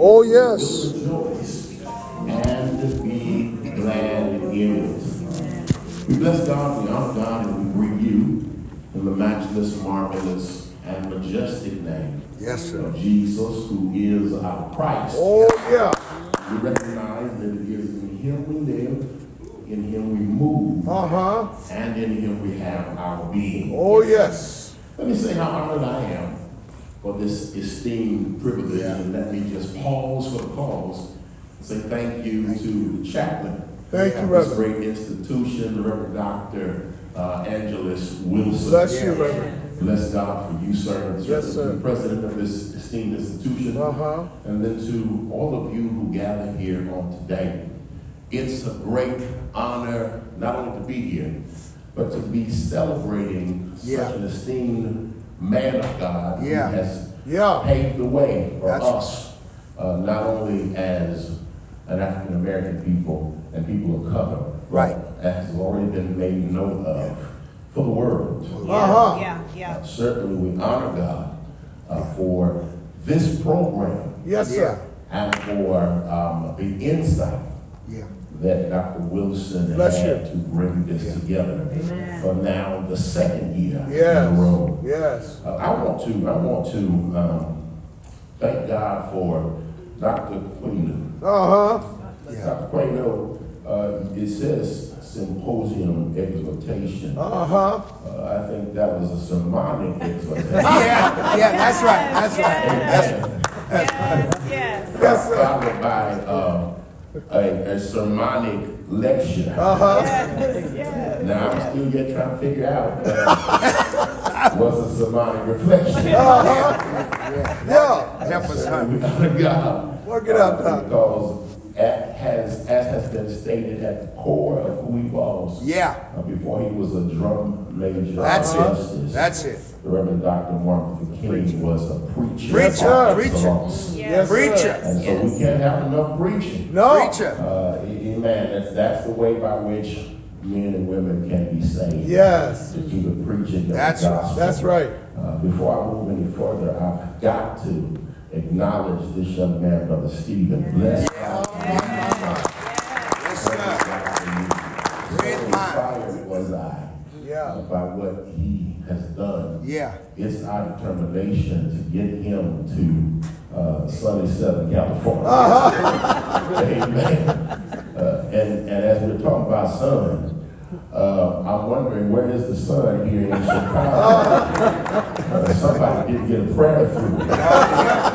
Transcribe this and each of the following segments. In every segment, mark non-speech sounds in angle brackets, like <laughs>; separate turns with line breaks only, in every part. Oh, yes.
rejoice and be glad in it. We bless God, we honor God, and we bring you in the matchless, marvelous, and majestic name
Yes, sir.
of Jesus, who is our Christ.
Oh, yeah.
We recognize that it is in Him we live, in Him we move,
Uh huh.
and in Him we have our being.
Oh, yes.
Let me say how honored I am for this esteemed privilege, and let me just pause for the cause and say thank you to the chaplain
Thank you,
of this
Reverend.
great institution, Reverend Dr. uh, Angelus Wilson.
Bless you, Reverend.
Bless God for you, sir, and
Yes,
certainly to
sir.
the president of this esteemed institution,
Uh huh.
and then to all of you who gather here on today. It's a great honor not only to be here, but to be celebrating
Yeah.
such an esteemed man of God
Yeah.
who has
Yeah.
paved the way for
That's-
us, uh, not only as an African American people and people of color,
Right.
but as has already been made known of for the world.
Yeah,
Uh-huh.
Yeah, yeah.
Uh, certainly, we honor God uh, for this program
Yes, sir.
and for um, the insight
Yeah.
that Dr. Wilson
Bless
had
you.
to bring this together for now the second year in a
Yes.
row.
Yes.
Uh, I want to I want to um, thank God for Dr. Quino.
Uh huh.
Dr. Quino, uh, it says symposium exhortation.
Uh huh.
Uh, I think that was a sermonic
<laughs>
exhortation.
Yeah, yeah, that's right, that's right.
Amen.
Yes, yes.
Yes, sir.
Followed by uh, a, a sermonic lecture.
Uh, Uh-huh.
Yes, yes.
Now I'm still yet trying to figure out uh,
<laughs>
what's a sermonic reflection.
Yeah.
Help us, honey.
We honor God.
Work it out, Doc.
Because at, has, as has been stated, at the core of who he was
Yeah,
uh, before he was a drum major,
That's it.
justice,
that's it.
the Reverend Dr. Martin Luther King was a preacher,
Preacher,
par
preacher.
excellence.
Yes,
Preacher.
and so
yes.
we can't have enough preaching.
No.
Preacher.
Uh, amen. That's, that's the way by which men and women can be saved.
Yes.
To do the preaching of
That's-
the gospel.
That's right.
Uh, before I move any further, I've got to acknowledge this young man, Brother Stephen. Bless
Yes,
Praise
sir.
God for you.
Great
So
mind.
inspired was I uh,
Yeah.
by what he has done.
Yeah,
It's our determination to get him to uh, sunny Southern
<laughs>
California.
Uh-huh.
Amen. Uh, and, and as we're talking about sun, uh, I'm wondering where is the sun here in Chicago?
<laughs>
Uh, somebody didn't get a prayer through.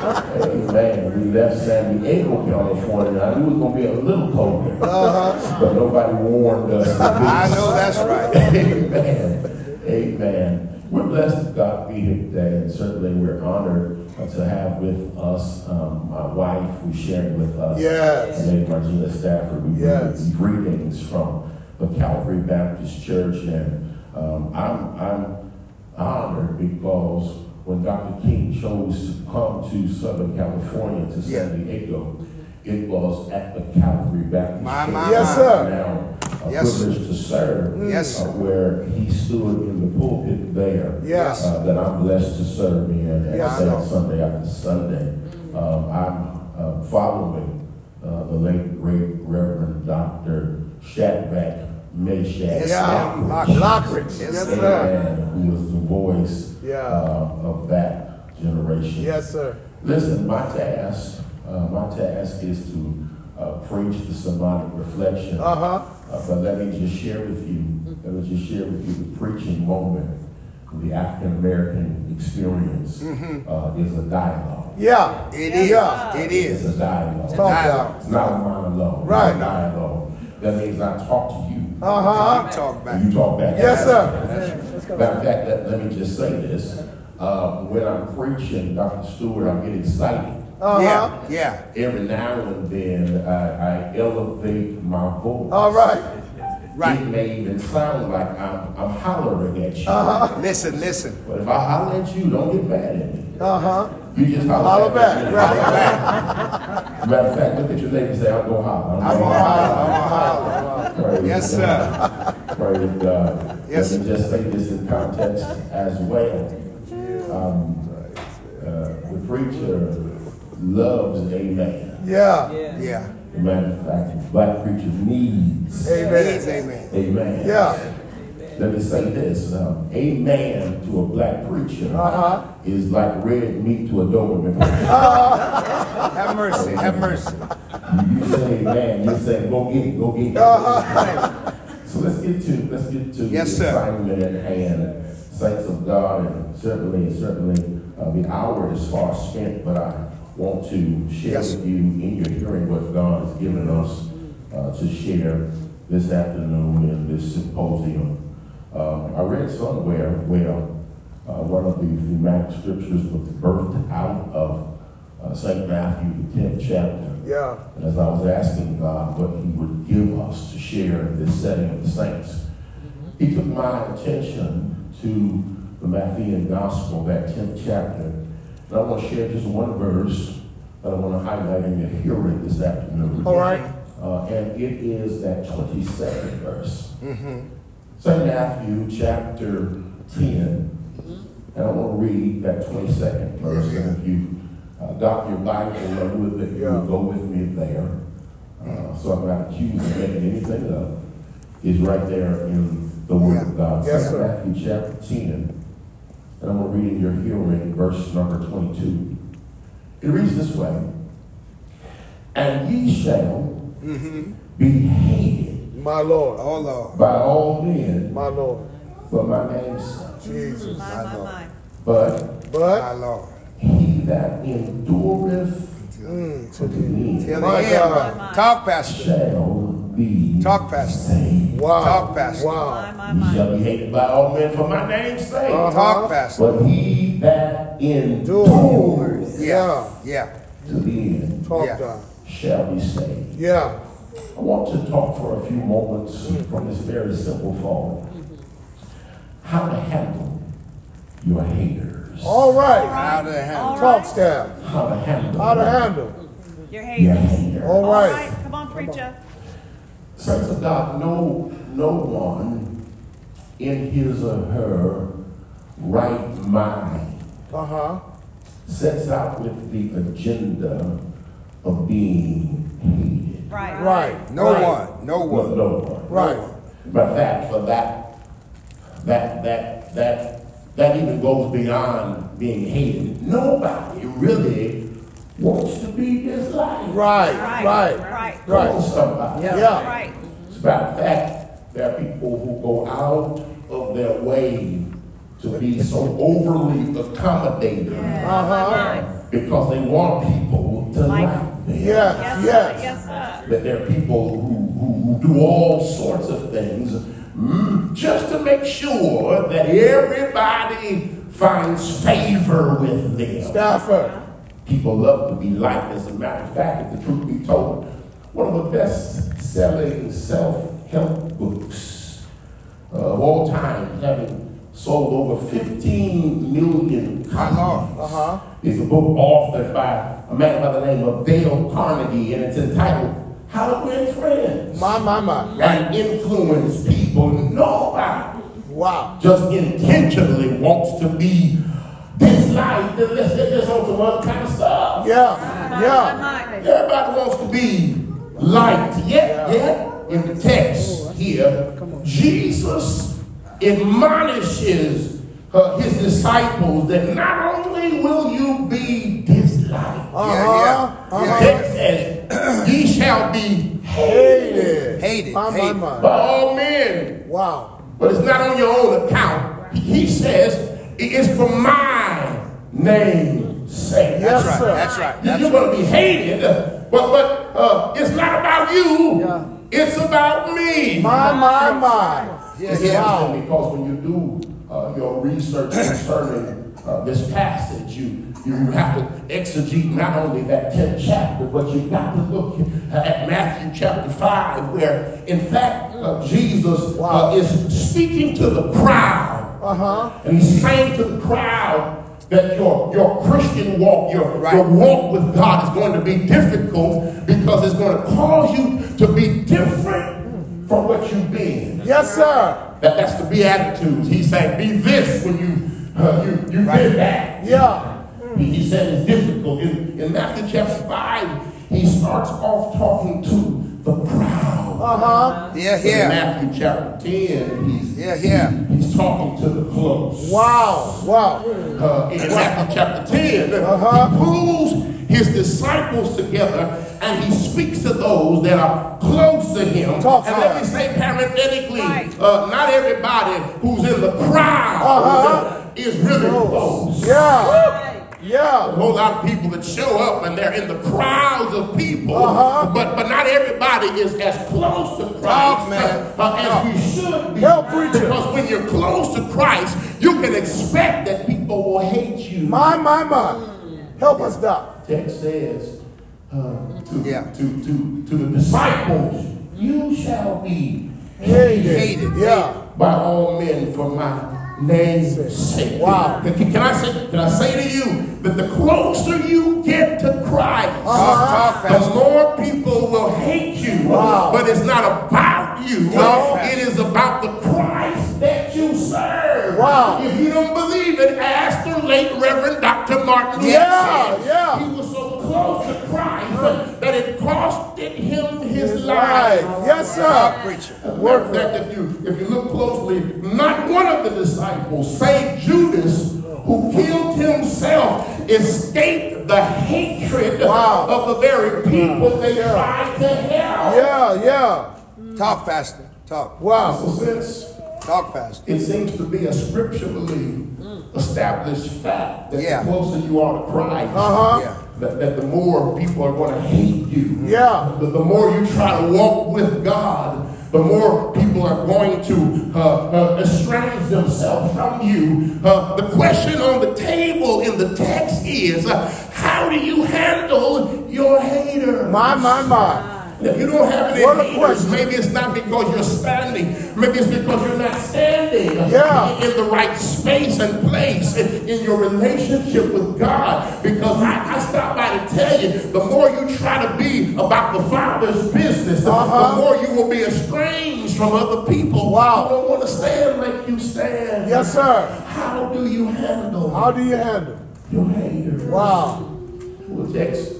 Amen. We left San Diego, California. I knew it was going to be a little colder, but nobody warned us.
Uh-huh. <laughs> I know that's right.
Amen. Amen. We're blessed to God be here today, and certainly we're honored uh, to have with us um, my wife who's sharing with us.
Yes.
Lady Margina Stafford. We
Yes.
bring greetings from the Calvary Baptist Church, and um, I'm I'm honored because when Dr. King chose to come to Southern California to San Diego, it was at the Calvary Baptist
My,
Church.
my,
Yes, my. sir.
Now, a
Yes, sir.
privilege to serve.
Yes,
uh,
sir.
Where he stood in the pulpit there.
Yes.
uh, that I'm blessed to serve in, and
Yes,
that
sir.
Sunday after Sunday. Um, I'm uh, following uh, the late great Reverend Dr. Shadrach Meshach.
Yes,
Yeah.
ma'am.
Lockridge.
Lockridge. Yes,
Yes,
sir.
Amen. Who was the voice
Yeah.
uh, of that generation.
Yes, sir.
Listen, my task, uh, my task is to uh, preach the sermonic reflection.
Uh huh.
Uh, but let me just share with you, let me just share with you the preaching moment, the African American experience
Mm-hmm.
uh, is a dialogue.
Yeah.
it
Yeah.
is, it
It's
is.
a dialogue.
Talk out.
It's not a monologue.
Right.
It's a dialogue. That means I talk to you.
Uh huh.
You talk back.
And you talk back.
Yes, sir.
Matter of fact, let, let me just say this. Uh, when I'm preaching, Dr. Stewart, I get excited.
Uh huh.
Yeah, yeah,
Every now and then, I, I elevate my voice.
All right.
It
right.
may even sound like I'm, I'm hollering at you.
Uh-huh. Listen, listen.
But if I holler at you, don't get mad at me.
Uh huh.
You just holler,
Holler back,
back.
right.
Matter of fact, look at your neighbor and say, I'm going to holler. gonna
I'm gonna holler,
Uh-huh.
I'm
Praise
Yes,
God. Praise God.
Yes.
Let me just say this in context as well. Um, uh, the preacher loves amen.
Yeah.
Yeah.
As a matter of fact, the black preacher needs
Please,
Amen.
amen.
amen.
Yeah.
Let me say this, um, amen to a black preacher
Uh-huh.
is like red meat to a Doberman. preacher.
Have mercy. Have mercy.
You say amen, you say, go get it, go get it. So let's get to, let's get to
Yes,
the
sir.
assignment at hand, saints of God, and certainly, certainly, uh, the hour is far spent, but I want to share
Yes.
with you in your hearing what God has given us uh, to share this afternoon in this symposium. Um, I read somewhere where uh, one of the thematic scriptures was birthed out of uh, St. Matthew, the 10th chapter.
Yeah.
And as I was asking God what He would give us to share in this setting of the saints, He took my attention to the Matthean Gospel, that 10th chapter. And I want to share just one verse that I want to highlight in your hearing this afternoon.
All right.
Uh, and it is that 22nd verse. St. Matthew chapter 10. And I want to read that 22nd verse. And if you uh, got your Bible, I would that you
Yeah.
would go with me there. Uh, so I'm not accused of making anything up. It's right there in the Word of God.
Yes,
St.
sir.
Matthew chapter 10. And I'm going to read in your hearing verse number 22. It reads this way And ye shall be hated
My Lord.
Oh, Lord.
by all men
My Lord.
for my name's sake.
Jesus.
My, my, my.
But
But
My Lord.
he that endureth
mm,
to the
Till
end
the
My
end,
God.
brother. Talk, Pastor.
shall be
Talk, Pastor.
saved.
wow.
Talk, Pastor.
My,
Wow.
my,
Ye
my.
shall be hated by all men for my name's sake.
Uh-huh.
Talk, Pastor.
But he that endureth
Doors.
Yeah.
Yeah.
Yeah.
to the end
Talk
Yeah.
God.
shall be saved.
Yeah.
I want to talk for a few moments from this very simple thought. How to handle your haters.
All right.
Out of the hand.
Talk staff.
How to handle,
How to handle.
You're
your
hating.
haters.
All
All
right.
right, come on, preacher.
Saints of God, no, no one in his or her right mind
Uh huh.
sets out with the agenda of being hated.
Right.
Right.
No one. No
No,
one.
no one.
Right.
But that, for that, that, that, that, that even goes beyond being hated. Nobody really wants to be disliked.
Right.
Right.
Right.
Right.
Come on,
Right.
somebody.
Yeah.
Right.
As a matter of fact, there are people who go out of their way to be so overly accommodating
Uh huh.
because they want people to
Like-
like them.
Yeah.
Yes, sir.
Yes.
Yes, sir.
That there are people who, who, who do all sorts of things mm, just to make sure that everybody finds favor with them.
Stafford.
People love to be liked. As a matter of fact, if the truth be told, one of the best selling self help books uh, of all time, having sold over 15 million
My Lord.
copies,
Uh-huh.
is a book authored by a man by the name of Dale Carnegie, and it's entitled How to Win Friends
My, my, my.
and Influence People. Nobody
Wow.
just intentionally wants to be disliked, and let's get this on some other kind of stuff.
Yeah.
My,
Yeah.
my, my.
Everybody wants to be liked. Yet, yet, in the text here, Jesus admonishes uh, his disciples that not only will you be disliked,
Uh
Yeah,
huh.
yeah,
Uh
the
yeah.
huh.
text says, ye shall be hated
Hated.
Hated,
My, my,
hated.
by
my.
all men.
Wow.
But it's not on your own account. He says, it is for my name's sake.
Yes,
That's right.
sir.
That's right. That's
You're
right.
going to be hated, but but uh, it's not about you.
Yeah.
It's about me.
My, my, my.
it's interesting because when you do uh, your research concerning uh, this passage, you you have to exegete not only that 10th chapter, but you got to look at Matthew chapter 5, where in fact uh, Jesus uh, is speaking to the crowd.
Uh huh.
And he's saying to the crowd that your, your Christian walk, your, your
Right.
walk with God is going to be difficult because it's going to cause you to be different from what you've been.
Yes, sir.
That, that's the Beatitudes. He's saying, be this when you, uh, you, you've
Right.
been that.
Yeah.
He, he said it's difficult. In, in Matthew chapter 5, he starts off talking to the crowd.
Uh-huh.
Oh, Yeah,
But in
yeah.
Matthew chapter 10, he's,
Yeah, yeah.
he's talking to the close.
Wow. Wow.
Uh, in Matthew chapter 10,
Uh-huh.
he pulls his disciples together and he speaks to those that are close to him.
Talk
and
to
let
him.
me say parenthetically,
Right.
uh, not everybody who's in the crowd
Uh-huh.
is really close.
Yeah. Yeah.
A whole lot of people that show up and they're in the crowds of people,
Uh-huh.
but but not everybody is as close to Christ
Talk, man.
uh, as we should be.
Help, preacher.
Because when you're close to Christ, you can expect that people will hate you.
My, my, my. Help us, Doc.
text says uh, to,
Yeah.
to, to, to the disciples, you shall be hated
Hated.
Hated.
Yeah.
by all men for my name's sake.
Wow.
Can, can I say, can I say to you that the closer you get to Christ,
Uh-huh.
the more people will hate you.
Wow.
But it's not about you.
Talk,
It is about the Christ that you serve.
Wow.
If you don't believe it, ask the late Reverend Dr. Martin Luther
Yeah,
said
yeah.
He was so close to Christ that it costed him his,
His
life.
life. Yes,
Talk,
sir.
preacher.
Work that if you if you look closely, not one of the disciples, save Judas, who killed himself, escaped the hatred
Wow. Hmm.
of the very people they tried to help.
Yeah. Yeah.
Talk, Pastor. Talk.
Wow.
So since
Talk, Pastor.
it seems to be a scripturally established fact that
Yeah.
the closer you are to Christ,
Uh-huh.
Yeah.
that, that the more people are going to hate you.
Yeah.
The, the more you try to walk with God, the more people are going to uh, uh, estrange themselves from you. Uh, the question on the table in the text is uh, how do you handle your hater?
My, my, my.
If you don't have any
What a
haters,
question.
maybe it's not because you're standing. Maybe it's because you're not standing
Yeah.
in the right space and place in, in your relationship with God. Because I, I stop by to tell you, the more you try to be about the Father's business, the, the
Uh-huh.
more you will be estranged from other people
Wow.
who don't want to stand like you stand.
Yes, sir.
How do you handle
How do you handle? it?
your haters?
Wow.
Well, the text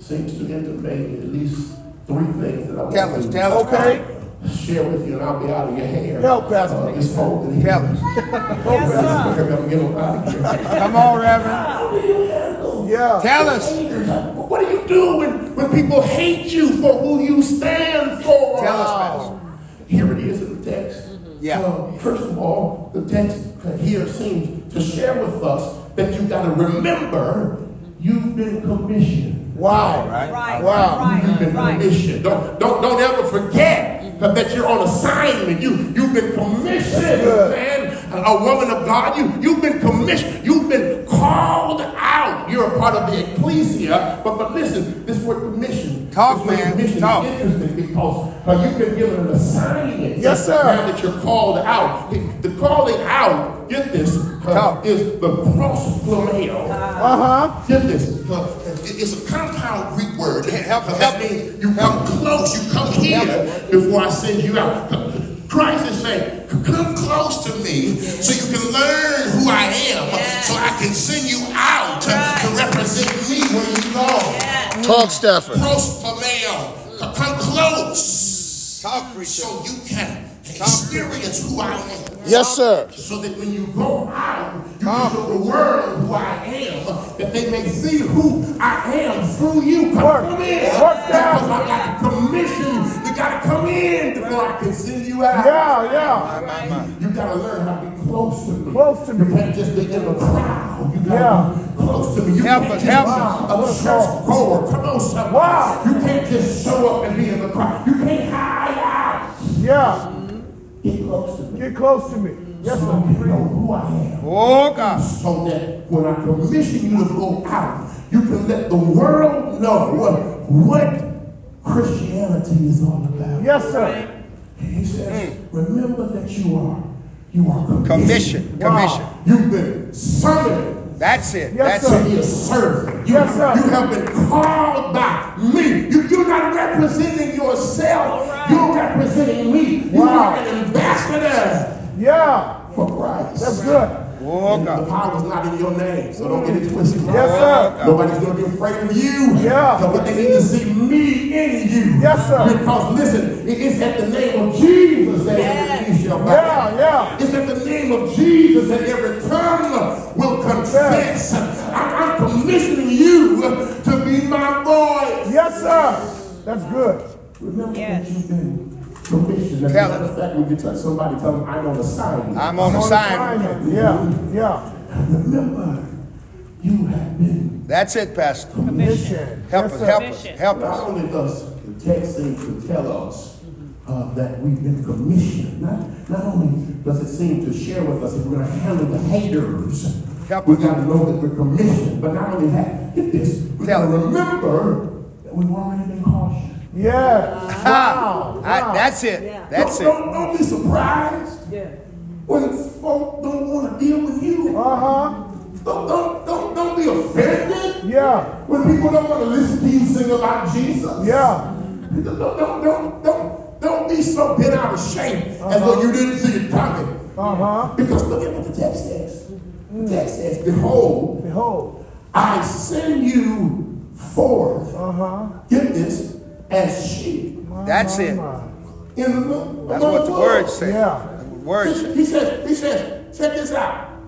seems to intimate at least three things that I want
Tell
to
us, tell us.
Okay.
share with you, and I'll be out of your hair.
Help, Pastor.
Uh, this cold in here.
Tell us.
Yes, sir.
I'm gonna get them out of here.
Come on, Reverend.
Yeah.
<laughs> Tell us.
Haters, what do you do when, when people hate you for who you stand for?
Tell us, Pastor. Mm-hmm.
Here it is in the text.
Yeah.
Um, first of all, the text here seems to share with us that you got to remember you've been commissioned.
Wow.
Right.
Right,
Wow.
You've been
right, right.
commissioned. Don't, don't, don't ever forget that you're on assignment. You, you've been commissioned,
good.
man. A a woman of God, you, you've been commissioned. You've been called out. You're a part of the ecclesia. But, but listen, this word commission.
Talk,
this word
man.
Commission
Talk.
Is interesting because uh, you've been given an assignment.
Yes, sir.
Now that you're called out. The calling out, get this, uh,
Talk.
is the cross flamel.
Uh-huh.
Get this. Uh, it- It's a compound Greek word.
Help, help.
That means you come close, you come here before I send you out. Christ is saying, come close to me so you can learn who I am, so I can send you out to, to represent me where you belong.
Talk, Stafford.
Close to me, uh, come close
Talk, preacher.
so you can experience who I am
Yes, sir.
so that when you go out, you can show the world who I am, that they may see who I am through you. Come,
Work.
come in.
Work down.
Because I got to commission you. You got to come in before I can send you out.
Yeah, yeah.
You got to learn how to be close to me.
Close to me.
You can't just be in the crowd. You got to
Yeah.
be close to me. You
Help
can't
us,
just
help
be
us.
a church goer. Come on, somebody.
Wow.
You can't just show up and be in the crowd. You can't hide out.
Yeah.
Get close to me.
Get close to me. Yes,
so
sir.
you know who I am.
Oh, God.
so that when I commission you to go out, you can let the world know what, what Christianity is all about.
Yes, sir.
And he says, remember that you are, you are commissioned.
Commission.
Wow.
Commission.
You've been summoned
That's it.
Yes,
That's
sir.
to
it.
be a servant. You,
Yes, sir.
you have been called by me. You, you're not representing yourself. You're representing me. You
Wow.
are an ambassador
Yeah.
for Christ.
That's good.
Oh,
And
God.
The power's not in your name, so don't get it twisted.
Yes, sir.
Nobody's gonna be afraid of you.
Yeah.
So, But they need to see me in you.
Yes, sir.
Because listen, it is at the name of Jesus that every knee shall bow.
Yeah, yeah.
It's at the name of Jesus that every tongue will confess. I- I'm commissioning you to be my voice.
Yes, sir. That's good.
Remember
Yes.
that you've been commissioned. As a
Tell
matter of fact, when you touch somebody, tell them, I'm on assignment.
I'm on assignment.
Yeah, yeah.
Remember, you have been
That's it, Pastor.
Commission.
Help
Yes,
us,
sir.
help us, help us.
not only does the text seem to tell us uh, that we've been commissioned, not, not only does it seem to share with us if we're going to handle the haters,
Help
we've
us.
got to know that we're commissioned. But not only that, get this, we got
Tell
to
us.
remember that we've already been cautioned.
Yeah.
Ha!
Wow.
I-
wow.
That's it,
don't,
that's it.
Don't, don't be surprised when folk don't want to deal with you.
Uh-huh.
Don't, don't, don't, don't be offended
Yeah.
when people don't want to listen to you sing about Jesus.
Yeah.
Don't, don't, don't, don't, don't be so bent out of shape as though you didn't see it coming.
Uh-huh.
Because look at what the text says. The text says, Behold,
Behold.
I send you forth,
Uh-huh.
get this, as sheep
That's it.
in the middle.
That's what the word says.
Yeah.
That's what the word says.
He says, he says, check this out.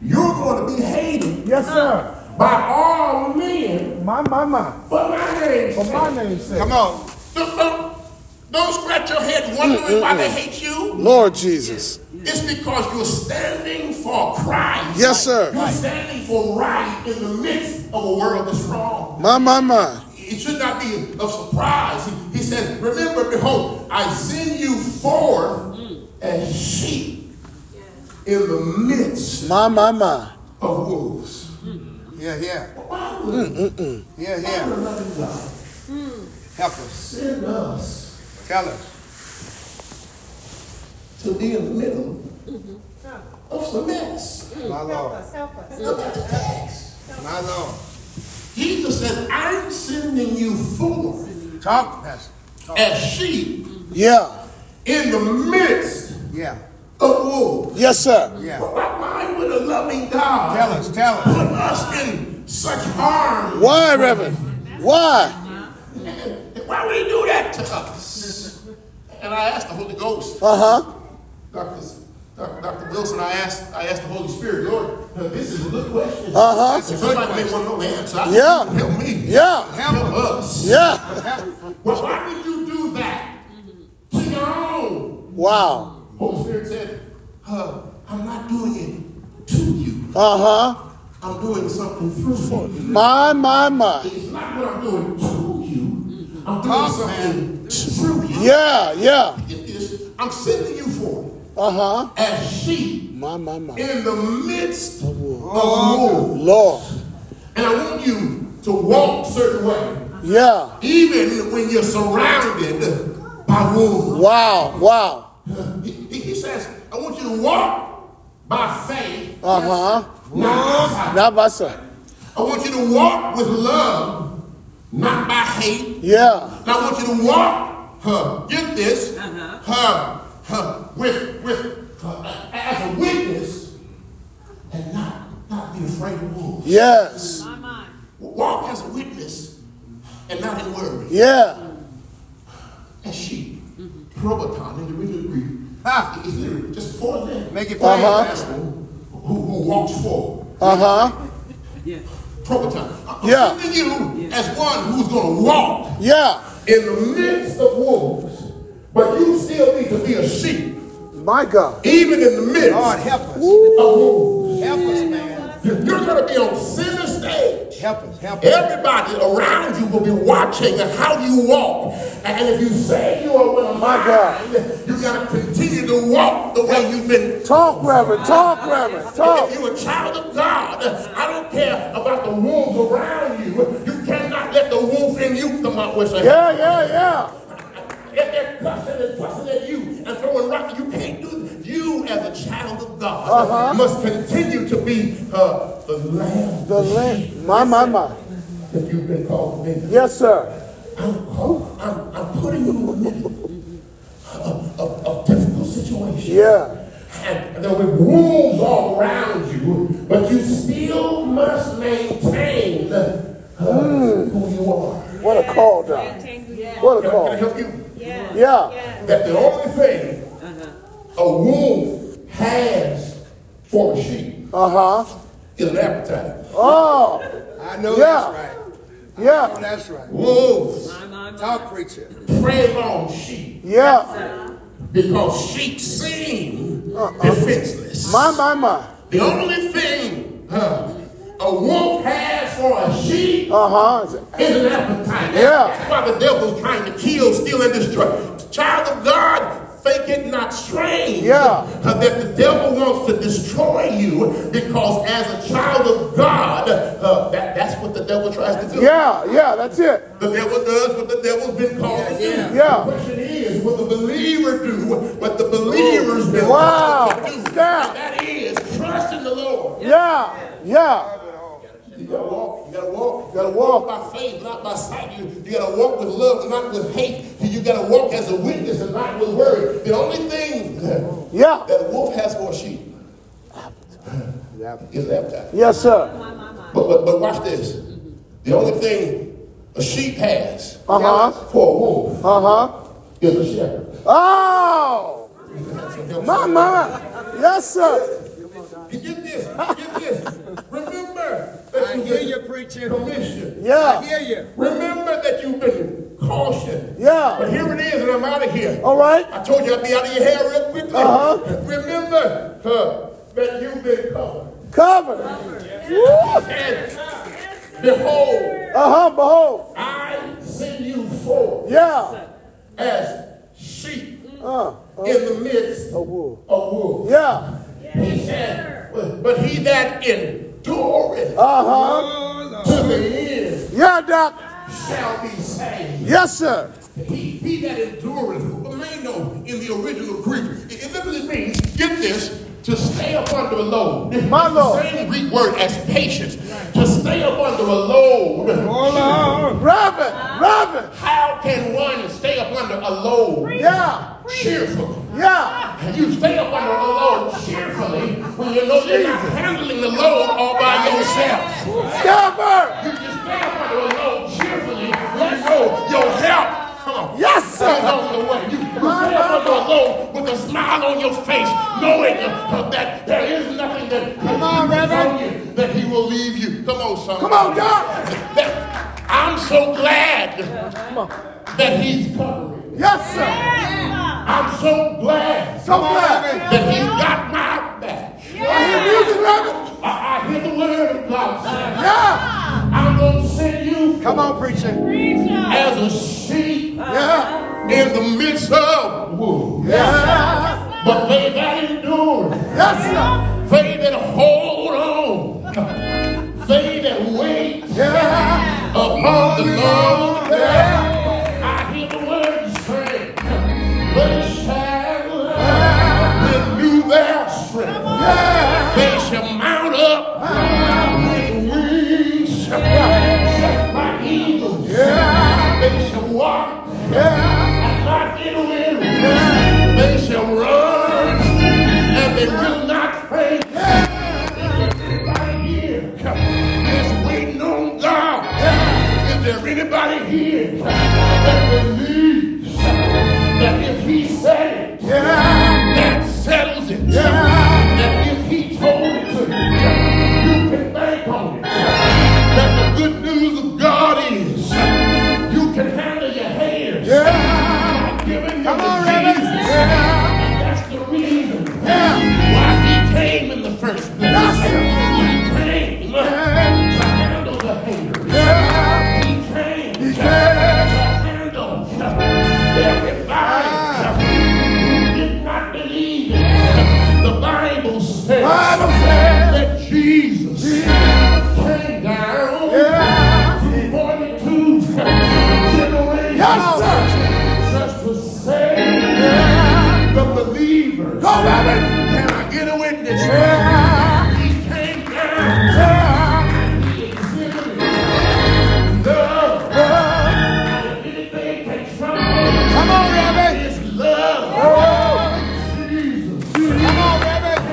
You're going to be hated
Yes, sir.
by all men
My, my, my.
for my name's
For
sake.
my name's sake.
Come on.
Don't, don't, don't scratch your head wondering why they hate you.
Lord Jesus.
It's because you're standing for Christ.
Yes, sir.
You're standing for right in the midst of a world that's wrong.
My, my, my.
It should not be of surprise. He- He says, Remember, behold, I send you forth as sheep in the midst
My, my, my.
of wolves.
Yeah, yeah,
Why
Mm.
would
yeah,
the
yeah.
loving God
Help us,
send us
tell us.
to be in the middle of some mess?
My Lord,
Look at the text.
my Lord.
Jesus says, I'm sending you forth
Talk, Pastor. Talk.
as sheep
Yeah.
in the midst
Yeah,
of wolves.
Yes, sir.
yeah.
Why, why would a loving God
Tell us, tell
put
us.
us in such harm?
Why, Reverend? Why?
Why would he do that to us? And I asked the Holy Ghost,
Uh huh.
Dr. S- Dr. Dr. Wilson, I asked, I asked the Holy Spirit, Lord, uh, this is a good question.
Uh-huh.
That's a good Somebody may want to know the answer. I need
Yeah.
you to Help me.
Yeah.
Help us.
Yeah.
Well, why would you do that to your own?
Wow.
Holy Spirit said, uh, I'm not doing it to you.
Uh huh.
I'm doing something through you.
My, my, my.
It's not what I'm doing to you. I'm doing
Talk,
something through you.
Yeah, yeah.
It is, I'm sending you forth
Uh huh.
as sheep
My, my, my.
in the midst of wolves.
Lord.
And I want you to walk certain way,
Yeah.
even when you're surrounded by wolves.
Wow. Wow.
He, he- he says, I want you to walk by faith,
Uh huh.
not by sight.
Not by sight.
I want you to walk with love, not by hate.
Yeah.
And I want you to walk, huh, get this, huh, huh, with, with, huh, as a witness, and not, not be afraid of wolves.
Yes.
Walk as a witness, and not in worry.
Yeah.
As sheep, probaton in the original Greek,
Ha.
it's literally just for them.
Make it plain,
Uh-huh.
Pastor.
Who, who walks forward.
Uh huh.
Probaton. I'm
Yeah.
sending you as one who's going to walk.
Yeah.
in the midst of wolves, but you still need to be a sheep,
My God.
even in the midst
Lord, help us.
of wolves.
Help us, man.
You're going to be on center stage.
Help us, help us.
Everybody around you will be watching how you walk. And if you say you are with a
My God.
mind, you got to continue to walk the way you've been
Talk, Reverend. Talk, Reverend. Talk.
If you're a child of God, I don't care about the wolves around you. You cannot let the wolf in you come out with a
Yeah, yeah, yeah.
If they're cussing and fussing at you and throwing rocks, you can't do that. You, as a child of God,
Uh-huh.
must continue to be uh, the lamb
The land. My, my, my.
that you've been called to be.
Yes, sir.
I'm, I'm, I'm putting you in the middle of, of, of difficult situations.
Yeah.
and there were wounds all around you, but you still must maintain uh, who you are.
Hmm. What a call down.
Maintain who you are.
What
Can
a
I- can I
call.
help you?
Yeah.
Yeah.
that the only thing a wolf has for a sheep
Uh huh.
is an appetite.
Oh,
I know
Yeah.
that's right. I know
yeah,
that's right.
Wolves
Talk preacher.
prey on sheep
yeah.
because sheep seem defenseless.
My, my, my.
The only thing huh, a wolf has for a sheep
Uh huh.
is an appetite.
Yeah.
That's why the devil's trying to kill, steal, and destroy. Child of God, think it not strange
Yeah.
uh, that the devil wants to destroy you because as a child of God, uh, that, that's what the devil tries to do.
Yeah, yeah, that's it.
The devil does what the devil's been called to do.
Yeah,
yeah.
The question is, will the believer do what the believer's been
Wow.
called to do?
Snap.
That is, trust in the Lord.
Yeah, yeah.
You gotta walk. You gotta walk. You gotta walk by faith, not by sight. You, you gotta walk with love, not with hate. You gotta walk as a witness and not with worry. The only thing that
Yeah.
a wolf has for a sheep is appetite.
Yes, sir.
But, but but watch this. The only thing a sheep has
Uh-huh.
for a wolf
Uh huh.
is a shepherd.
Oh, my, my. Yes, sir.
You Get this. Get this. Remember
I
that you've
hear
been
you, preacher.
commissioned.
I
Yeah,
hear you.
Remember that you've been cautioned.
Yeah. Oh,
But here it is, and I'm out of here.
all right.
I told you I'd be out of your hair real quickly.
Uh-huh.
Remember huh, that you've been covered.
Covered. Uh
And behold,
huh. Uh-huh, Behold.
I send you forth
Yeah.
as sheep
Uh.
in the midst
A wolf.
of wolves.
Yeah.
He said, but- but he that endureth
Uh huh.
to the end
Yeah, doc.
shall be saved.
Yes, sir.
He, he that endureth, remaino in the original Greek. It it literally means, get this, to stay up under a load. This is
My Lord.
The same Greek word as patience. To stay up under a load.
Hold on.
Reverend. Reverend.
How can one stay up under a load
Yeah.
cheerfully?
Yeah.
You stay up under a load cheerfully when you know you're not handling the load all by yourself.
Covered.
You just stay up under a load cheerfully when you know your help. Come on.
Yes,
It's
sir.
on the way. You you stand up alone with a smile on your face, knowing uh, that there is nothing that come on, you, that he will leave you. Come on, son.
Come on, doc.
I'm so glad that he's covering. me.
Yes, sir.
I'm so glad
So glad.
that he's got my back.
I hear music, Reverend.
I, I hear the word of God saying,
Yeah.
I'm going to send you
Come on, preacher.
as a sheep
Yeah.
in the midst of wolves.
Yeah.
But they that endure.
Yes, sir.
They that hold on, they that wait
Yeah.
upon the Lord,
Yeah.
I hear the word say, they shall renew their strength.
Yeah.
They shall mount up with wings just like eagles. They shall walk
Yeah.
and not get weary. They shall run and they will not faint. Anybody here is waiting on God. Is there anybody here that believes that if He said it,
Yeah.
that settles it?
Yeah.
That if He told it to you, you can bank on it. That the good news of God is you can handle your hands.
Yeah.
God given you
Come on,
the
Reverend.
Jesus.
Yeah.
That's the reason
Yeah.
why he came in the first place.
Yes,
He
sir.
came to handle the haters.
Yeah.
He came
He
to
came.
handle everybody who did not believe it. The Bible says
Bible says
that Jesus came down
Yeah.
to 42 generations
Yes, sir.
just to save the believers.
Go, Reverend.
Can I get a witness?
Yeah.
He came down.
Yeah.
He exhibited love.
Yeah.
And anything can trump
Come on, Reverend.
his love.
Oh.
Jesus.
Come on, Reverend.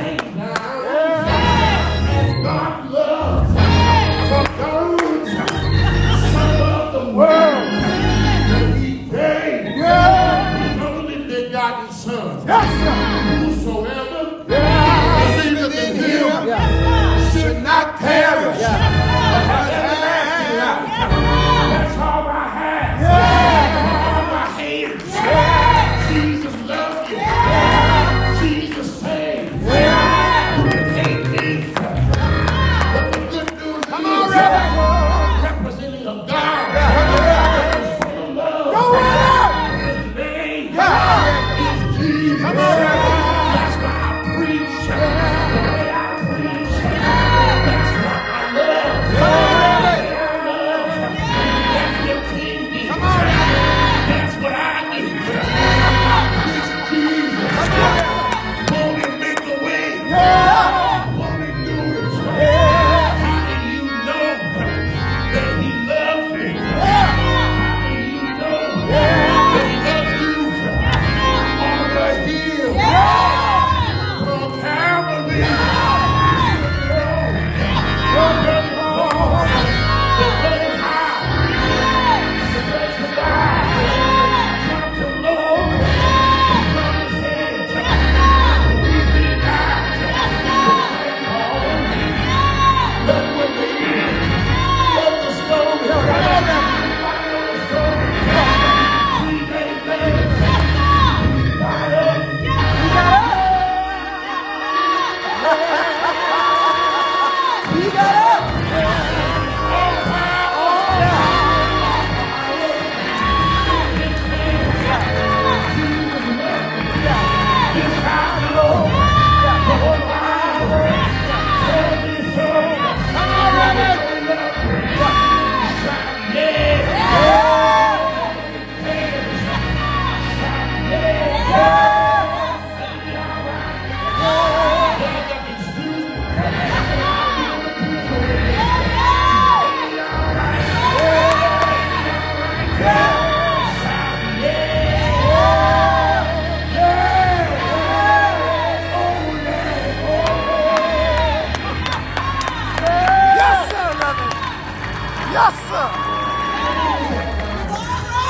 Yes, sir.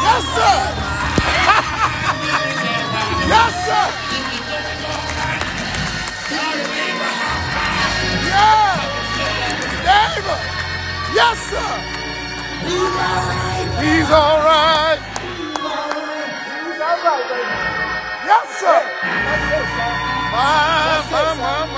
Yes, sir. yes, sir. Yeah. Neighbor. Yes, sir. He's all right. He's all right. Yes, sir. My, my, my, my.